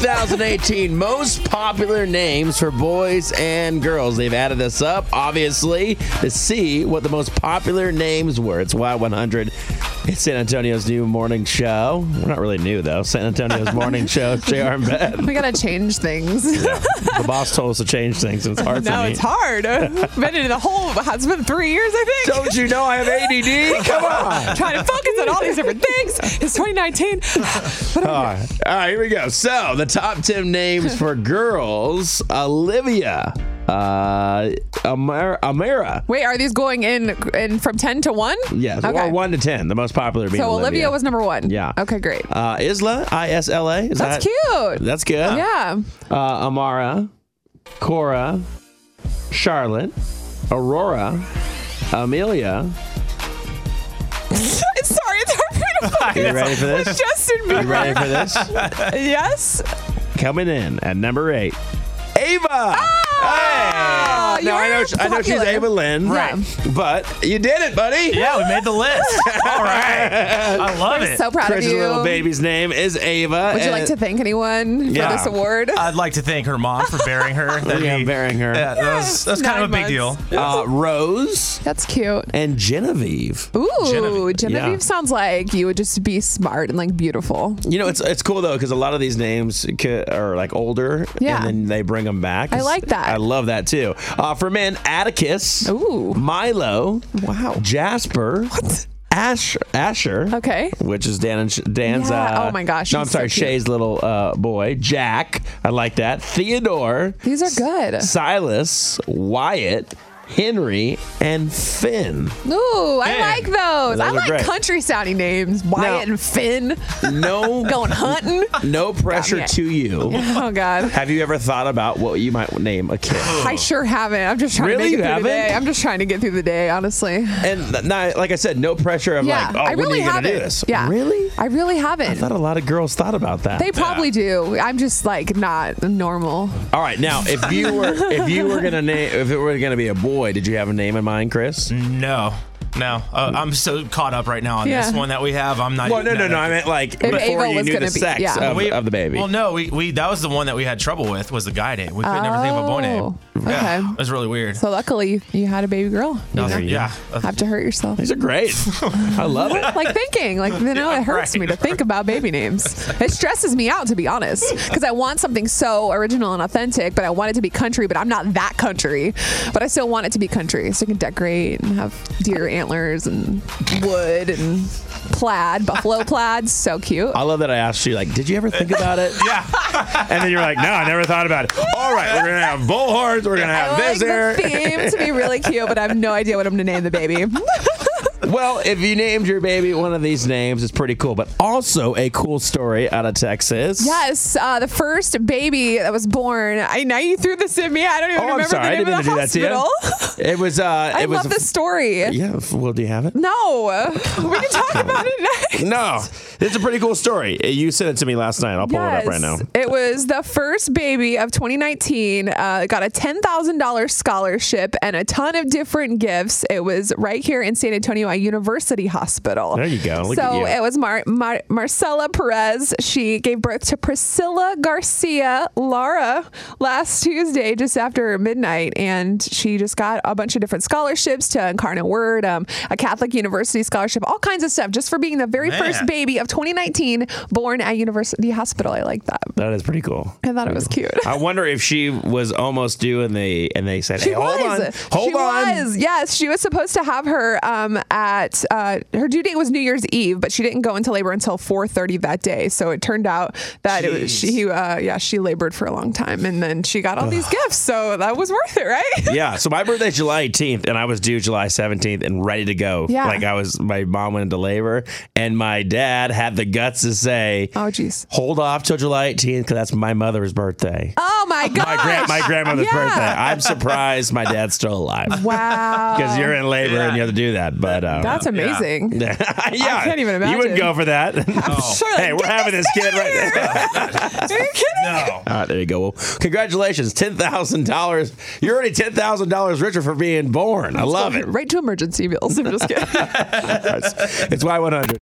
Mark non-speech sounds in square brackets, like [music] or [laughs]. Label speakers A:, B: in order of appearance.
A: 2018 most popular names for boys and girls. They've added this up, obviously, to see what the most popular names were. It's Y100. It's San Antonio's new morning show. We're not really new, though. San Antonio's [laughs] morning show, JR and Beth.
B: We gotta change things.
A: The boss told us to change things, and it's
B: [laughs]
A: hard
B: now
A: for me.
B: it's hard.
A: [laughs]
B: Been in the whole. It's been three years, I think.
A: Don't you know I have ADD? Come
B: [laughs]
A: on.
B: Trying to focus on all these different things. It's 2019. What
A: [laughs] All
B: are
A: right. All right, here we go. So, the top 10 names for girls Olivia, uh, Amara. Amara.
B: we- Wait, are these going in in from 10 to 1?
A: Yes,
B: Okay.
A: or 1 to 10, the most popular being
B: so Olivia.
A: Olivia
B: was number one.
A: Yeah.
B: Okay, great.
A: Uh, Isla, I S L A. Is
B: That's
A: that-
B: cute.
A: That's good.
B: yeah. [laughs]
A: Uh, Amara, Cora, Charlotte, Aurora, Amelia.
B: Sorry, it's hard for me to focus.
A: You ready for
B: It's [laughs]
A: this?
B: Justin
A: [laughs] You ready
B: Bieber.
A: for this?
B: yes.
A: Coming in at number eight, Ava.
B: Oh,
A: hey! Now, I know,
B: you're
A: she- I know she's
B: popular.
A: Ava Lynn,
B: Right.
A: But you did it, buddy.
C: Yeah, we made
B: [laughs]
C: the list. All right. I love it.
B: So proud of
A: Chris's
B: you.
A: little baby's name is Ava.
B: Would you
A: and-
B: like to thank anyone
A: Yeah. Uh,
B: for this award?
C: I'd like to thank her mom for bearing [laughs] her. That'd
A: Yeah,
C: be-
A: bearing her.
C: Yeah, that was, that's kind of a
B: Nine
C: big deal.
B: months.
A: Uh, Rose
B: That's cute.
A: and Genevieve.
B: Ooh, Genevieve,
C: Genevieve.
A: Yeah.
B: sounds like you would just be smart and like beautiful.
A: You know, it's it's cool though because a lot of these names ca- are like older,
B: Yeah.
A: and then they bring them back.
B: I like that.
A: I love that too. Uh, for men, Atticus,
B: Ooh.
A: Milo,
B: Wow.
A: Jasper, what? Asher, Asher,
B: Okay.
A: which is Dan and Sh- Dan's.
B: Yeah.
A: Uh,
B: Oh my gosh,
A: No, I'm
B: he's so
A: sorry,
B: cute.
A: Shay's little uh, boy, Jack. I like that. Theodore,
B: These are good.
A: Silas, Wyatt. Henry and Finn.
B: Ooh, I
C: Hey,
B: like those.
A: those
B: I
A: are
B: like
A: great.
B: country sounding names. Wyatt and Finn [laughs]
A: No,
B: going hunting.
A: no pressure
B: it.
A: to you.
B: Oh God.
A: Have you ever thought about what you might name a kid?
B: [gasps] I sure haven't. I'm just trying
A: Oh. Really?
B: to make
A: You
B: it through the
A: haven't?
B: day. I'm just trying to get through the day, honestly.
A: And th- not, like I said, no pressure of
B: yeah,
A: like, oh,
B: I
A: when are
B: really
A: you going
B: haven't.
A: to do this?
B: Yeah,
A: Really?
B: I really haven't.
A: I thought a lot of girls thought about that.
B: they probably do. I'm just like not normal.
A: All right, now if you were if you were
B: [laughs]
A: gonna name if it were gonna be a boy, did you have a name in mind, Chris?
C: No, no. Uh, I'm so caught up right now on this
B: Yeah.
C: one that we have. I'm not.
A: Well, no, no, no. I
C: mean,
A: meant like
B: Ava
A: before you
B: was
A: knew the
B: gonna be-
A: sex
B: yeah.
A: of, of the baby.
C: Well, no, we, we that was the one that we had trouble with was the guy name. We couldn't ever think of a boy name.
B: Oh,
C: Yeah,
B: okay.
C: it was really weird.
B: So luckily you had a baby girl. You
C: Uh,
B: know?
C: yeah, Uh,
B: Have to hurt yourself.
A: These are [laughs] great. I love it.
B: like thinking like you know it hurts me to think about baby names it stresses me out to be honest because i want something so original and authentic but i want it to be country but i'm not that country but i still want it to be country so you can decorate and have deer antlers and wood and plaid buffalo plaid so cute
A: I love that I asked you like, did you ever think about [laughs] it?
C: yeah.
A: And then you're like, no, I never thought about it. All right, we're gonna have bullhorns. We're gonna
B: I
A: have
B: like
A: this here.
B: the theme to be really cute, but I have no idea what I'm gonna name the baby.
A: [laughs] Well, if you named your baby one of these names, it's pretty cool. But also a cool story out of Texas.
B: yes, uh, the first baby that was born. I now you threw this at me. I don't even
A: Oh,
B: remember
A: I'm sorry. I
B: the name
A: didn't mean
B: of
A: to
B: the
A: do that to
B: hospital. [laughs]
A: you. It was. Uh,
B: I
A: it was.
B: love this story.
A: yeah. Well, do you have it?
B: No, [laughs] we can talk about it next.
A: No. It's a pretty cool story. You sent it to me last night. I'll [laughs] pull it up right now.
B: Yes. It was the first baby of 2019. Uh, it got a $10,000 scholarship and a ton of different gifts. It was right here in San Antonio at University Hospital.
A: There you go. Look
B: so
A: at you.
B: it was Mar- Mar- Marcella Perez. She gave birth to Priscilla Garcia Lara last Tuesday, just after midnight. And she just got a bunch of different scholarships to Incarnate Word, um, a Catholic University scholarship, all kinds of stuff, just for being the very
C: Man.
B: first baby baby of 2019 born at University Hospital. I like that.
A: That is pretty cool.
B: I thought it was cute.
A: I wonder if she was almost due and they and they said,
B: She
A: hey, hold
B: was.
A: on. Hold
B: she
A: on.
B: was. Yes, she was supposed to have her um, at uh, her due date was New Year's Eve, but she didn't go into labor until 4:30 that day. So it turned out that it was
C: Jeez.
B: she. Uh, yeah, she labored for a long time, and then she got all these gifts. So that was worth it, right? [laughs]
A: Yeah, so my birthday's July 18th, and I was due July 17th and ready to go.
B: Yeah.
A: Like, I was, my mom went into labor, and my dad had the guts to say,
B: Oh jeez.
A: hold off till July 18th because that's my mother's birthday.
B: Oh my god.
A: my grand, my grandmother's
B: Yeah.
A: birthday. I'm surprised my dad's still alive
B: Wow.
A: because you're in labor and you have to do that. But uh,
B: That's
C: Yeah.
B: amazing.
A: [laughs] yeah, I
B: can't even
A: You
B: imagine.
A: wouldn't go for that. [laughs]
B: Sure,
A: hey,
B: like,
A: we're having this kid right
B: [laughs]
A: there. [laughs]
B: Are you kidding?
C: No.
A: All right, there you go. Well, congratulations, ten thousand dollars. You're already ten thousand dollars richer for being born. I love it.
B: Right to emergency bills. I'm just kidding.
A: It's Y100.